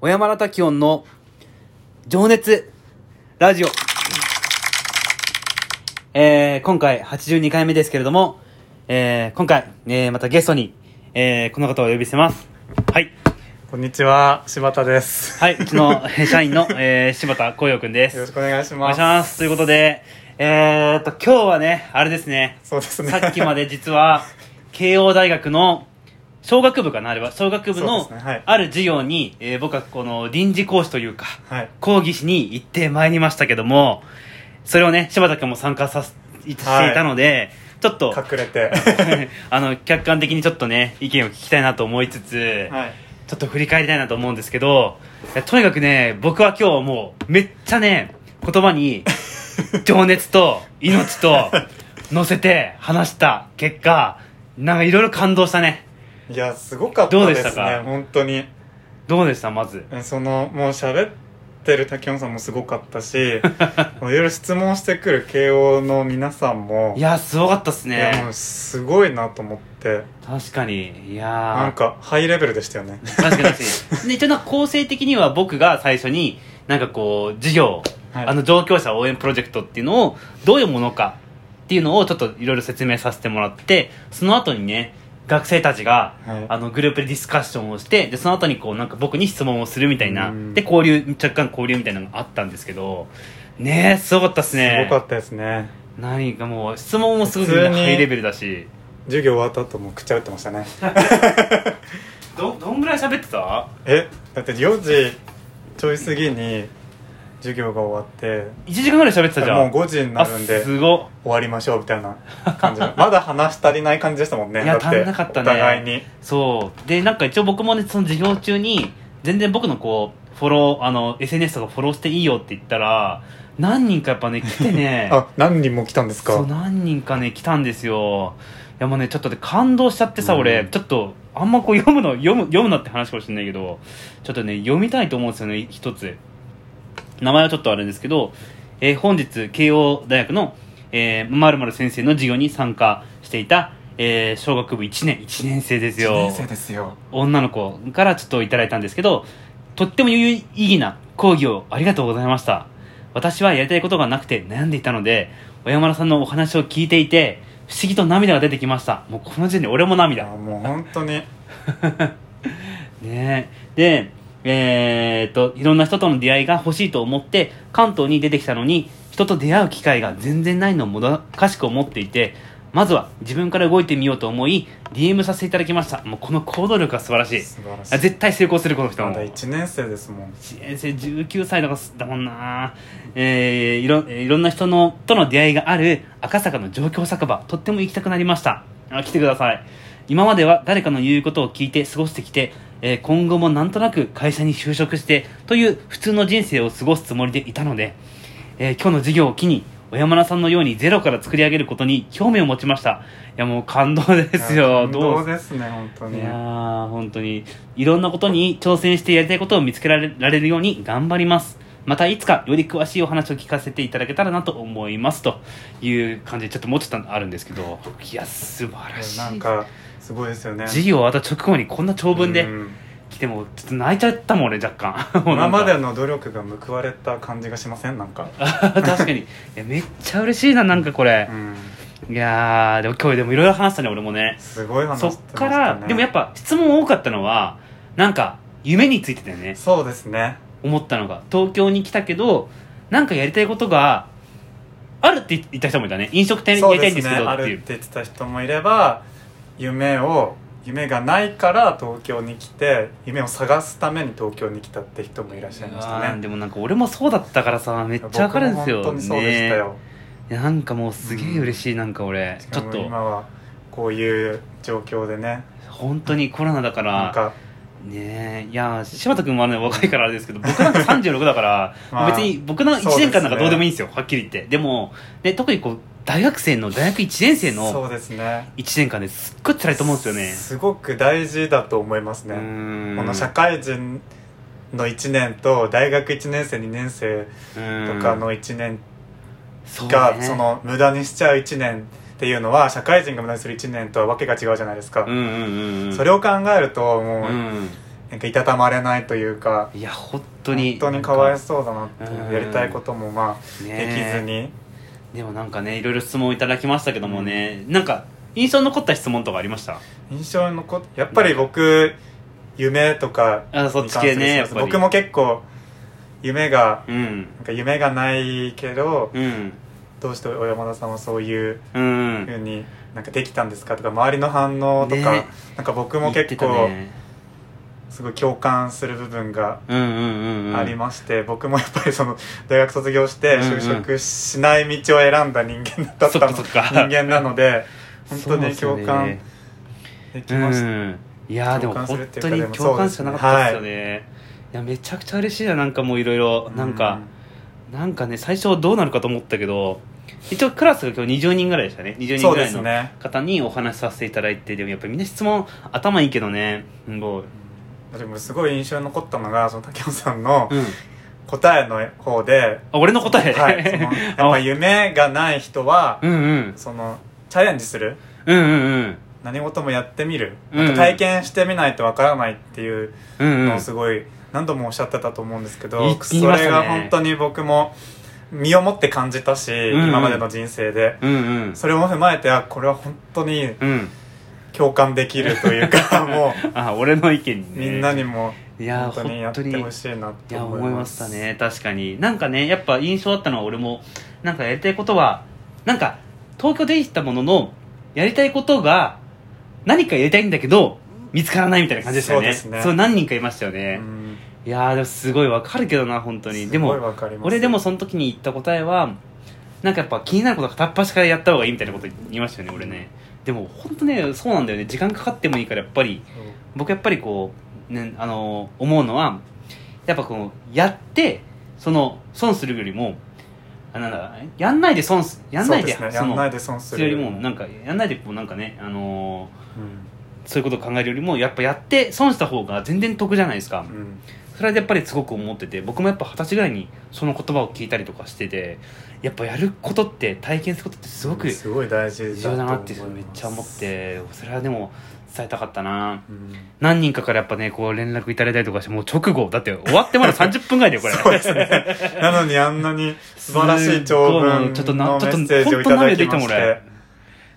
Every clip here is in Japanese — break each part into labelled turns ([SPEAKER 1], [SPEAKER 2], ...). [SPEAKER 1] 小山田滝音の情熱ラジオ。えー、今回82回目ですけれども、えー、今回、えー、またゲストに、えー、この方をお呼びしてます。はい。
[SPEAKER 2] こんにちは、柴田です。
[SPEAKER 1] はい、うちのえー社員の、えー、柴田光陽くんです。
[SPEAKER 2] よろしくお願いし
[SPEAKER 1] お願
[SPEAKER 2] ま
[SPEAKER 1] い
[SPEAKER 2] す。
[SPEAKER 1] します。ということで、えー、っと、今日はね、あれですね、
[SPEAKER 2] そうですね。
[SPEAKER 1] さっきまで実は、慶応大学の、小学部かなあれは、小学部の
[SPEAKER 2] そうですねはい、
[SPEAKER 1] ある授業に、えー僕はこの臨時講師というか、
[SPEAKER 2] はい。
[SPEAKER 1] 講義しに行ってまいりましたけども、それをね、柴田君も参加させしていたので、ちょっと、
[SPEAKER 2] 隠れ て。
[SPEAKER 1] あの、客観的にちょっとね、意見を聞きたいなと思いつつ、
[SPEAKER 2] はい。
[SPEAKER 1] ちょっと振り返りたいなと思うんですけど、いやとにかくね、僕は今日もう、めっちゃね、言葉 に、情熱と命と、乗せて話した結果、なんかいろいろ感動したね。
[SPEAKER 2] いや、すごかった
[SPEAKER 1] どう
[SPEAKER 2] で
[SPEAKER 1] でし
[SPEAKER 2] す
[SPEAKER 1] た
[SPEAKER 2] ね。
[SPEAKER 1] か
[SPEAKER 2] 本当に。
[SPEAKER 1] どうでしたまず。
[SPEAKER 2] えその、もう喋ってる竹野さんもすごかった し、もういろいろ質問してくる慶応の皆さんも、
[SPEAKER 1] いや、すごかったっす
[SPEAKER 2] いやも
[SPEAKER 1] ね
[SPEAKER 2] う。すごいなと思って、
[SPEAKER 1] 確かに。いやー
[SPEAKER 2] なんかハイレベルでしたよね。
[SPEAKER 1] 確かに確か にで一応なんか構成的には僕が最初になんかこう授業、
[SPEAKER 2] はい
[SPEAKER 1] あの上京者応援プロジェクトっていうのをどういうものかっていうのをちょっといろいろ説明させてもらってその後にね学生たちが、
[SPEAKER 2] はい
[SPEAKER 1] あのグループでディスカッションをしてでその後にこうなんか僕に質問をするみたいな
[SPEAKER 2] うん
[SPEAKER 1] で交流若干交流みたいなのがあったんですけどねえすごかったっすね
[SPEAKER 2] すごかったですね。
[SPEAKER 1] 何かもう質問もすごく
[SPEAKER 2] 普通に
[SPEAKER 1] ハイレベルだし
[SPEAKER 2] 授業終わった後もくっちゃ打ってましたね。
[SPEAKER 1] どどんぐらい喋ってた
[SPEAKER 2] え、だって4時ちょい過ぎに授業が終わって、
[SPEAKER 1] 1時間ぐらい喋ってたじゃん
[SPEAKER 2] もう5時になるん
[SPEAKER 1] あ
[SPEAKER 2] です
[SPEAKER 1] ごっ
[SPEAKER 2] 終わりましょうみたいな感じ まだ話し足りない感じでしたもんね
[SPEAKER 1] いや
[SPEAKER 2] だ
[SPEAKER 1] 足んなかったね
[SPEAKER 2] お互いに
[SPEAKER 1] そうでなんか一応僕もねその授業中に全然僕のこうフォローあの SNS とかフォローしていいよって言ったら何人かやっぱね来てね
[SPEAKER 2] あ何人も来たんですか
[SPEAKER 1] そう何人かね来たんですよいやもうねちょっとで感動しちゃってさ、
[SPEAKER 2] うん
[SPEAKER 1] 俺ちょっとあんまこう読むの読む読むなって話かもしれないけどちょっとね読みたいと思うんですよね一つ名前はちょっとあれですけど、えー本日慶応大学のえー〇〇先生の授業に参加していた、えー小学部1年1年生ですよ
[SPEAKER 2] 1年生ですよ
[SPEAKER 1] 女の子からちょっといただいたんですけどとっても有意義な講義をありがとうございました私はやりたいことがなくて悩んでいたので小山田さんのお話を聞いていて不思議と涙が出てきましたもうこの時点で俺も
[SPEAKER 2] いや
[SPEAKER 1] 涙
[SPEAKER 2] もう本当に
[SPEAKER 1] ねえでえーっといろんな人との出会いが欲しいと思って関東に出てきたのに人と出会う機会が全然ないのをもどかしく思っていてまずは自分から動いてみようと思い DM させていただきましたもうこの行動力が素晴らしい
[SPEAKER 2] 素晴らし
[SPEAKER 1] あ
[SPEAKER 2] い
[SPEAKER 1] 絶対成功するこの人
[SPEAKER 2] ま
[SPEAKER 1] も
[SPEAKER 2] だ1年生ですもん
[SPEAKER 1] 先生19歳とかだもんなえー、いろえーいろんな人のとの出会いがある赤坂の上京酒場とっても行きたくなりましたあ来てください今までは誰かの言うことを聞いて過ごしてきて、えー今後もなんとなく会社に就職してという普通の人生を過ごすつもりでいたので、えー今日の授業を機に小山田さんのようにゼロから作り上げることに興味を持ちましたいやもう感動です
[SPEAKER 2] いや
[SPEAKER 1] よ
[SPEAKER 2] 感
[SPEAKER 1] どう
[SPEAKER 2] 動ですね本当
[SPEAKER 1] い
[SPEAKER 2] に
[SPEAKER 1] やー本当にいろんなことに挑戦してやりたいことを見つけられられるように頑張りますまたいつかより詳しいお話を聞かせていただけたらなと思いますという感じでちょっともうちょっとあるんですけどいや素晴らしい
[SPEAKER 2] なんかすごいですよね
[SPEAKER 1] 授業終わった直後にこんな長文で
[SPEAKER 2] うん
[SPEAKER 1] 来てもちょっと泣いちゃったもん俺若 干もうな
[SPEAKER 2] 今
[SPEAKER 1] んか
[SPEAKER 2] までの努力が報われた感じがしませんなんか、
[SPEAKER 1] 確かにいやめっちゃ嬉しいななんかこれ
[SPEAKER 2] う、ん、
[SPEAKER 1] いやーでも今日でもいろいろ話したね俺もね
[SPEAKER 2] すごい話して
[SPEAKER 1] そ
[SPEAKER 2] ま
[SPEAKER 1] っ
[SPEAKER 2] したね
[SPEAKER 1] からでもやっぱ質問多かったのはなんか夢についてだよね
[SPEAKER 2] そうですね
[SPEAKER 1] 思ったのが東京に来たけどなんかやりたいことがあるって言った人もいたね飲食店や
[SPEAKER 2] そ
[SPEAKER 1] り
[SPEAKER 2] う
[SPEAKER 1] たい
[SPEAKER 2] で
[SPEAKER 1] ん
[SPEAKER 2] す
[SPEAKER 1] です
[SPEAKER 2] ね
[SPEAKER 1] けど
[SPEAKER 2] あ
[SPEAKER 1] って
[SPEAKER 2] る
[SPEAKER 1] いう
[SPEAKER 2] って言ってた人もいれば夢を夢がないから東京に来て夢を探すために東京に来たって人もいらっしゃいました
[SPEAKER 1] あー
[SPEAKER 2] ね
[SPEAKER 1] でもなんか俺もそうだったからさめっちゃわかるんですよ
[SPEAKER 2] 僕も本当にそうでしたよ、
[SPEAKER 1] ねいやなんかもうすげえ嬉しいなんか俺
[SPEAKER 2] し
[SPEAKER 1] ち
[SPEAKER 2] か
[SPEAKER 1] ょっ
[SPEAKER 2] も
[SPEAKER 1] と
[SPEAKER 2] 今はこういう状況でね
[SPEAKER 1] 本当にコロナだか
[SPEAKER 2] なん
[SPEAKER 1] ら
[SPEAKER 2] か
[SPEAKER 1] ねえいや柴田君はね若いからあれですけど僕なんか36だから、
[SPEAKER 2] まあ
[SPEAKER 1] 別に僕の1
[SPEAKER 2] そうです
[SPEAKER 1] 年
[SPEAKER 2] ね
[SPEAKER 1] 間なんかどうでもいいんですよはっきり言ってでもね特にこう大学生の大学1年生の
[SPEAKER 2] そうですね
[SPEAKER 1] 1年間ですっごい辛いと思うんですよね
[SPEAKER 2] すごく大事だと思いますね、こ
[SPEAKER 1] こ
[SPEAKER 2] の社会人の1年と大学1年生2年生とかの1年
[SPEAKER 1] そう
[SPEAKER 2] が
[SPEAKER 1] ね
[SPEAKER 2] その無駄にしちゃう1年っていうのは社会人が無駄にする1年とはわけが違うじゃないですか、
[SPEAKER 1] うんうんうんうん
[SPEAKER 2] それを考えるともう、
[SPEAKER 1] うん
[SPEAKER 2] なんかいたたまれないというか
[SPEAKER 1] いや本当
[SPEAKER 2] 本
[SPEAKER 1] に
[SPEAKER 2] 当にかわいそうだなって
[SPEAKER 1] うん
[SPEAKER 2] やりたいこともまあ
[SPEAKER 1] ね
[SPEAKER 2] できずに
[SPEAKER 1] でもなんかねいろいろ質問いただきましたけどもね、なんか印象に残った質問とかありました
[SPEAKER 2] 印象に残っやっぱり僕夢とか
[SPEAKER 1] あそっち系ねや
[SPEAKER 2] に関
[SPEAKER 1] っ
[SPEAKER 2] す
[SPEAKER 1] ぱり
[SPEAKER 2] る僕も結構夢が
[SPEAKER 1] うん
[SPEAKER 2] なんか夢がないけど
[SPEAKER 1] うん
[SPEAKER 2] どうして小山田さんはそういう
[SPEAKER 1] うん
[SPEAKER 2] ふうになんかできたんですかとか周りの反応とか、
[SPEAKER 1] ね
[SPEAKER 2] なんか僕
[SPEAKER 1] 言
[SPEAKER 2] も
[SPEAKER 1] って
[SPEAKER 2] 結
[SPEAKER 1] た
[SPEAKER 2] 構
[SPEAKER 1] ね
[SPEAKER 2] すごい共感する部分が
[SPEAKER 1] うんうんうんうん
[SPEAKER 2] ありまして、僕もやっぱりその大学卒業して
[SPEAKER 1] うんうん
[SPEAKER 2] 就職しない道を選んだ人間だった
[SPEAKER 1] そっ
[SPEAKER 2] の、
[SPEAKER 1] かそっか
[SPEAKER 2] 人間なの で本当に
[SPEAKER 1] そう
[SPEAKER 2] 共
[SPEAKER 1] ですよ
[SPEAKER 2] 感
[SPEAKER 1] ね
[SPEAKER 2] できました、
[SPEAKER 1] うんいやーでも
[SPEAKER 2] 共感する
[SPEAKER 1] 本
[SPEAKER 2] っていう
[SPEAKER 1] 当
[SPEAKER 2] か
[SPEAKER 1] に
[SPEAKER 2] でも
[SPEAKER 1] 共感しかなかったですよ
[SPEAKER 2] そう
[SPEAKER 1] ね、い、やめちゃくちゃ嬉しいななんかもういろいろなんか、なんかね最初どうなるかと思ったけど一応クラスが今日20人ぐらいでしたね20
[SPEAKER 2] う
[SPEAKER 1] 人
[SPEAKER 2] んそう
[SPEAKER 1] ぐ
[SPEAKER 2] で
[SPEAKER 1] らい
[SPEAKER 2] す
[SPEAKER 1] の
[SPEAKER 2] ね
[SPEAKER 1] 方にお話しさせていただいてでもやっぱりみんな質問頭いいけどねすごい
[SPEAKER 2] でもすごい印象に残ったのがその竹野さんの
[SPEAKER 1] うんあ
[SPEAKER 2] 答えの方で、
[SPEAKER 1] 俺の答え、
[SPEAKER 2] は い、そのやっぱ夢がない人は
[SPEAKER 1] うんうん
[SPEAKER 2] そのチャレンジする
[SPEAKER 1] うんうんうん
[SPEAKER 2] 何事もやってみる、
[SPEAKER 1] うん
[SPEAKER 2] なんか体験してみないとわからないっていう
[SPEAKER 1] うんう
[SPEAKER 2] の
[SPEAKER 1] ん
[SPEAKER 2] をすごい何度もおっしゃってたと思うんですけど、
[SPEAKER 1] 言い
[SPEAKER 2] そ
[SPEAKER 1] 言いましたね
[SPEAKER 2] れが本当に僕も身をもって感じたし、
[SPEAKER 1] んうん
[SPEAKER 2] 今までの人生で
[SPEAKER 1] うんうん
[SPEAKER 2] それも踏まえてあこれは本当に
[SPEAKER 1] うん
[SPEAKER 2] 共感できるというか も
[SPEAKER 1] あ俺の意見に
[SPEAKER 2] う
[SPEAKER 1] ね
[SPEAKER 2] みんなにも
[SPEAKER 1] いや本当
[SPEAKER 2] 本当に
[SPEAKER 1] に
[SPEAKER 2] やってほしいなと
[SPEAKER 1] いや
[SPEAKER 2] 思
[SPEAKER 1] 思
[SPEAKER 2] い
[SPEAKER 1] い
[SPEAKER 2] ま
[SPEAKER 1] ますしたね確かになんかねやっぱ印象あったのは俺もなんかやりたいことはなんか東京できたもののやりたいことが何かやりたいんだけど見つからないみたいな感じでしたよね
[SPEAKER 2] そうですね
[SPEAKER 1] う何人かいましたよ
[SPEAKER 2] う
[SPEAKER 1] ね、
[SPEAKER 2] ん
[SPEAKER 1] いやーでもすごいわかるけどな本当にです
[SPEAKER 2] ごい
[SPEAKER 1] も
[SPEAKER 2] わかります
[SPEAKER 1] 俺でもその時に言った答えはなんかやっぱ気になることは片っ端からやった方がいいみたいなこと言いましたよね俺ねでも本当ねそうなんだよね時間かかってもいいからやっぱり
[SPEAKER 2] そう
[SPEAKER 1] 僕やっぱりこう、ね、あの思うのはやっぱこうやってその損するよりもあなんだやんないで損すやんないで
[SPEAKER 2] そうすねや
[SPEAKER 1] その
[SPEAKER 2] んないで損す
[SPEAKER 1] それ
[SPEAKER 2] る
[SPEAKER 1] よりもなんかやんないでこうなんかねあのー
[SPEAKER 2] う
[SPEAKER 1] そういうことを考えるよりもやっぱやって損した方が全然得じゃないですか
[SPEAKER 2] んうん
[SPEAKER 1] それはやっぱりすごく思ってて僕もやっぱ二十歳ぐらいにその言葉を聞いたりとかしててやっぱやることって体験することってすごく
[SPEAKER 2] すごい大事
[SPEAKER 1] 重要だなって
[SPEAKER 2] と思い
[SPEAKER 1] めっ
[SPEAKER 2] ます
[SPEAKER 1] ちゃ思ってそれはでも伝えたかったな
[SPEAKER 2] うん
[SPEAKER 1] 何人かからやっぱね、こう連絡いただいたりとかして、もう直後、だって終わ ってまだ30分ぐらいだよ、これ。
[SPEAKER 2] そうですね。なのにあんなに素晴らしい長文
[SPEAKER 1] ちょっと
[SPEAKER 2] の
[SPEAKER 1] な、
[SPEAKER 2] メ
[SPEAKER 1] ちょっと、
[SPEAKER 2] ッセージを
[SPEAKER 1] 本
[SPEAKER 2] い
[SPEAKER 1] 当
[SPEAKER 2] ただ
[SPEAKER 1] 涙
[SPEAKER 2] き
[SPEAKER 1] 出たも
[SPEAKER 2] まし
[SPEAKER 1] ん、
[SPEAKER 2] て
[SPEAKER 1] 俺。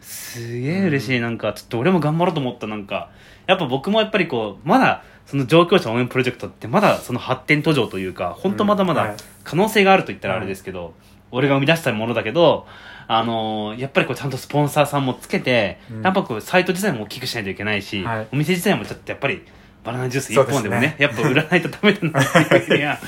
[SPEAKER 1] すげえ嬉しい、なんか、ちょっと俺も頑張ろうと思った、なんか。やっぱ僕もやっぱりこう、まだ、その上京者応援プロジェクトって、まだその発展途上というか、本当まだま
[SPEAKER 2] うんは
[SPEAKER 1] だ
[SPEAKER 2] い
[SPEAKER 1] 可能性があると言ったらあれですけど、俺が生み出したものだけど、あのーやっぱりこうちゃんとスポンサーさんもつけて、
[SPEAKER 2] うん
[SPEAKER 1] やっぱこうサイト自体も大きくしないといけないし、
[SPEAKER 2] はい
[SPEAKER 1] お店自体もちょっとやっぱりバナナジュース一本でもね
[SPEAKER 2] そう
[SPEAKER 1] やっぱ売らないとダメだなっていうふうには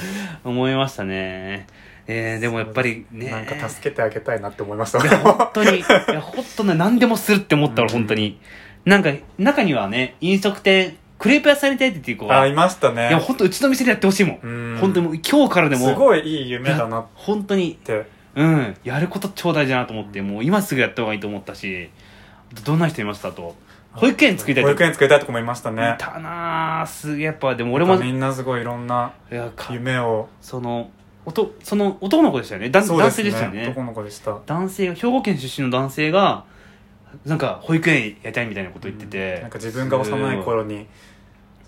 [SPEAKER 1] 思いましたね。えー、でもやっぱりね
[SPEAKER 2] なんか助けてあげたいなって思いまし
[SPEAKER 1] いや本
[SPEAKER 2] た。
[SPEAKER 1] 当にいや本当ね何でもするって思ったら
[SPEAKER 2] うん
[SPEAKER 1] 本当に、なんか中にはね飲食店クレープ屋さんにたいっていう子
[SPEAKER 2] あ、
[SPEAKER 1] がい
[SPEAKER 2] いましたね。
[SPEAKER 1] や本当うちの店でやってほしいもん、
[SPEAKER 2] うん
[SPEAKER 1] 本当にもう今日からですも
[SPEAKER 2] ごいいい夢だなっ
[SPEAKER 1] 本当に
[SPEAKER 2] て。
[SPEAKER 1] うんやること超大事だなと思って、もう今すぐやった方がいいと思ったしあとどんな人いましたと保育園作りたい
[SPEAKER 2] 保
[SPEAKER 1] と
[SPEAKER 2] 育園作りたいとこもいましたね
[SPEAKER 1] い。たなあすげえやっぱでも俺
[SPEAKER 2] 俺
[SPEAKER 1] も
[SPEAKER 2] もみんなすごいいろんない
[SPEAKER 1] やか
[SPEAKER 2] 夢を。
[SPEAKER 1] そのおとその男の子でしたよね男
[SPEAKER 2] そう
[SPEAKER 1] 男
[SPEAKER 2] で
[SPEAKER 1] 性
[SPEAKER 2] す
[SPEAKER 1] でしたよ
[SPEAKER 2] ね。
[SPEAKER 1] ね
[SPEAKER 2] 男の子でした。
[SPEAKER 1] 男性が兵庫県出身の男性がなんか保育園やりたいみたいなこと言ってて、
[SPEAKER 2] なんか自分が幼い頃に、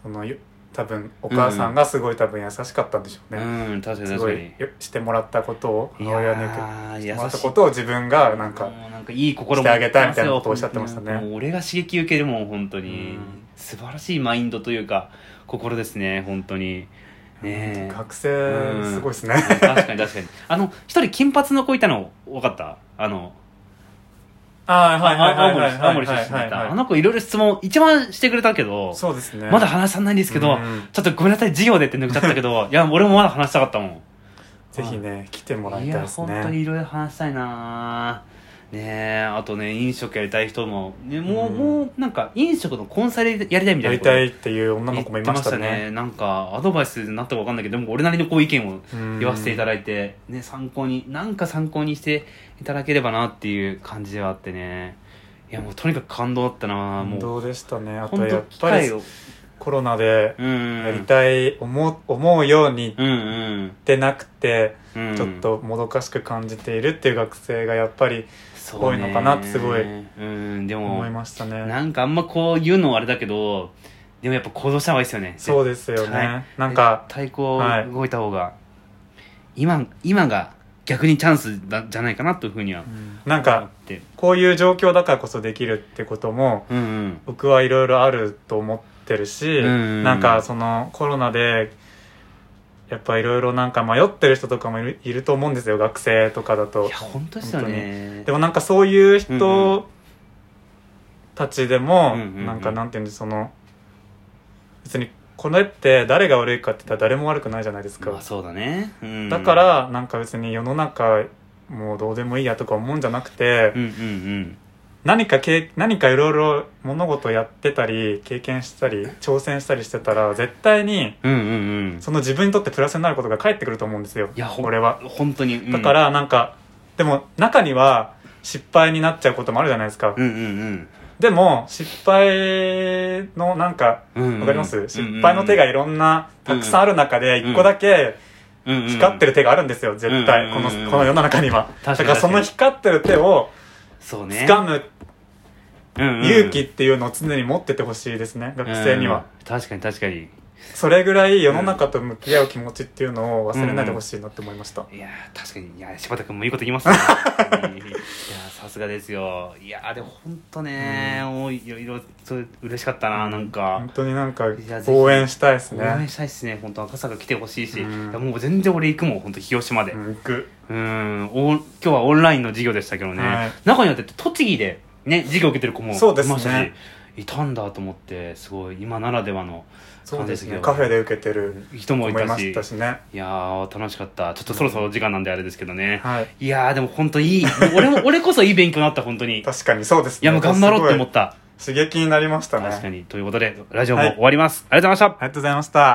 [SPEAKER 2] その、よ多分お母さんがすごい多分優しかったんでしょう
[SPEAKER 1] う
[SPEAKER 2] ね。
[SPEAKER 1] ん確かに
[SPEAKER 2] す
[SPEAKER 1] 確
[SPEAKER 2] ご
[SPEAKER 1] か
[SPEAKER 2] い
[SPEAKER 1] に
[SPEAKER 2] よしてもらったことを母親に受
[SPEAKER 1] い
[SPEAKER 2] け
[SPEAKER 1] やー
[SPEAKER 2] てもらった
[SPEAKER 1] 優しい
[SPEAKER 2] ことを自分がなんか
[SPEAKER 1] もうなんかいい心
[SPEAKER 2] してあげたいみたいなことをおっしゃってましたね
[SPEAKER 1] もう俺が刺激受けるもん本当に
[SPEAKER 2] うん
[SPEAKER 1] 素晴らしいマインドというか心ですね本当にねえ
[SPEAKER 2] 学生すごいですね、
[SPEAKER 1] 確かに確かにあの一人金髪の子いたの分かったあの
[SPEAKER 2] ああはいはいはい
[SPEAKER 1] 青
[SPEAKER 2] はい
[SPEAKER 1] 森
[SPEAKER 2] は
[SPEAKER 1] 青
[SPEAKER 2] い
[SPEAKER 1] 森出
[SPEAKER 2] は
[SPEAKER 1] 身だっ
[SPEAKER 2] いは
[SPEAKER 1] た
[SPEAKER 2] い
[SPEAKER 1] あの子いろいろ質問一番してくれたけど
[SPEAKER 2] そうですね
[SPEAKER 1] まだ話さないんですけど
[SPEAKER 2] うん
[SPEAKER 1] ちょっとごめんなさい授業でって抜けちゃったけどいや俺もまだ話したかったもん
[SPEAKER 2] ぜひね来てもらい
[SPEAKER 1] い
[SPEAKER 2] たい
[SPEAKER 1] や
[SPEAKER 2] です
[SPEAKER 1] 本当に
[SPEAKER 2] ね
[SPEAKER 1] いろいろ話したいなねえあとね飲食やりたい人も、ね、もう、
[SPEAKER 2] うん
[SPEAKER 1] もうなんか飲食のコンサルやりたいみたい
[SPEAKER 2] や
[SPEAKER 1] な
[SPEAKER 2] り
[SPEAKER 1] こと
[SPEAKER 2] たいっていう女の子もいました
[SPEAKER 1] 言って
[SPEAKER 2] ね
[SPEAKER 1] なんかアドバイスになったかわかんないけどでも俺なりのこう意見を言わせていただ
[SPEAKER 2] だ
[SPEAKER 1] いて、ね、参考になんか参考にしていただければなっていう感じではあってねいやもうとにかく感動だったなも
[SPEAKER 2] 運
[SPEAKER 1] う
[SPEAKER 2] 動でしたねあと
[SPEAKER 1] 本
[SPEAKER 2] や
[SPEAKER 1] 当
[SPEAKER 2] っ
[SPEAKER 1] 機
[SPEAKER 2] ぱり
[SPEAKER 1] 会を
[SPEAKER 2] コロナで
[SPEAKER 1] うんうん
[SPEAKER 2] やりたい思う思うように
[SPEAKER 1] うんうん
[SPEAKER 2] でなくて
[SPEAKER 1] うん
[SPEAKER 2] ちょっともどかしく感じているっていう学生がやっぱり
[SPEAKER 1] そうね
[SPEAKER 2] 多いのかなってすごい
[SPEAKER 1] うんでも
[SPEAKER 2] 思いましたね
[SPEAKER 1] なんかあんまこう言うのはあれだけどでもやっぱ行動した方がいいですよね
[SPEAKER 2] そうですよね、
[SPEAKER 1] はい
[SPEAKER 2] なんか
[SPEAKER 1] 対抗
[SPEAKER 2] はい
[SPEAKER 1] 動いた方が、今今が逆にチャンスだじゃないかなというふうには
[SPEAKER 2] なん
[SPEAKER 1] 思っ
[SPEAKER 2] か
[SPEAKER 1] て
[SPEAKER 2] こういう状況だからこそできるってことも
[SPEAKER 1] うんうん
[SPEAKER 2] 僕はいろいろあると思ってるし、
[SPEAKER 1] うんうん
[SPEAKER 2] なんかそのコロナでやっぱいろいろなんか迷ってる人とかもいるいると思うんですよ学生とかだ
[SPEAKER 1] い
[SPEAKER 2] と
[SPEAKER 1] や本当ですよね
[SPEAKER 2] でもなんかそういう
[SPEAKER 1] うんう
[SPEAKER 2] 人たちでも、
[SPEAKER 1] うんうんうん
[SPEAKER 2] なんかなんていうんでその別にこれって誰が悪いかって言ったら誰も悪くないじゃないですか、
[SPEAKER 1] まあそうだね、うん
[SPEAKER 2] だからなんか別に世の中もうどうでもいいやとか思うんじゃなくて、
[SPEAKER 1] うんうんうん
[SPEAKER 2] 何かけい何かいろいろ物事やってたり経験したり挑戦したりしてたら絶対に
[SPEAKER 1] うんうんうん
[SPEAKER 2] その自分にとってプラスになることが返ってくると思うんですよ
[SPEAKER 1] いやほ
[SPEAKER 2] 俺は。
[SPEAKER 1] 本当に、うん
[SPEAKER 2] だか、らなんか、でも中には失敗になっちゃうこともあるじゃないですか、
[SPEAKER 1] うんうん
[SPEAKER 2] でも失敗のなんか
[SPEAKER 1] うんうんうん
[SPEAKER 2] わかります、失敗の手がいろんなたくさんある中で
[SPEAKER 1] うん
[SPEAKER 2] 一個だけ光って
[SPEAKER 1] る
[SPEAKER 2] る手があるんですよ絶対、
[SPEAKER 1] うんうんうん
[SPEAKER 2] このこの世の中にはだ
[SPEAKER 1] 確か
[SPEAKER 2] か
[SPEAKER 1] に
[SPEAKER 2] らその光ってる手を
[SPEAKER 1] そうね
[SPEAKER 2] 掴む
[SPEAKER 1] うんうん
[SPEAKER 2] 勇気っていうのを常に持っててほしいですね学生には、
[SPEAKER 1] うん確かに確かに
[SPEAKER 2] それぐらい世の中と向き合う気持ちっていうのを忘れないでほしいなって思いました、
[SPEAKER 1] いやー確かにいやー柴田君もいいこと言い ますね本当にいやーさすがですよいやーでも本当ねー、もういろいろそれ嬉しかったななんか
[SPEAKER 2] 本、当になんか
[SPEAKER 1] いやぜひ
[SPEAKER 2] 応援したいですね
[SPEAKER 1] 応援したいっすね本当赤坂来てほしいし、
[SPEAKER 2] うん
[SPEAKER 1] いやもう全然俺行くもん本当広島で
[SPEAKER 2] うん行く
[SPEAKER 1] うんお今日はオンラインの授業でしたけどね、
[SPEAKER 2] はい
[SPEAKER 1] 中にはだって栃木でね授業受けてる子もい
[SPEAKER 2] そうですね
[SPEAKER 1] ましたし、いたんだと思ってすごい今ならではの
[SPEAKER 2] そうですね
[SPEAKER 1] 感じですけど
[SPEAKER 2] カフェで受けてる
[SPEAKER 1] 人も
[SPEAKER 2] 思
[SPEAKER 1] い
[SPEAKER 2] い
[SPEAKER 1] た
[SPEAKER 2] ま
[SPEAKER 1] し
[SPEAKER 2] したしね
[SPEAKER 1] いやー楽しかったちょっとそろそろ時間なんであれですけどね、
[SPEAKER 2] はい
[SPEAKER 1] いやーでも本当いい俺 も俺こそいい勉強になった本当にい
[SPEAKER 2] 確かにそうですね
[SPEAKER 1] やもう頑張ろうって思った
[SPEAKER 2] すごい刺激になりましたね
[SPEAKER 1] 確かにということでラジオも
[SPEAKER 2] はい
[SPEAKER 1] 終わります、ありがとうございました
[SPEAKER 2] ありがとうございました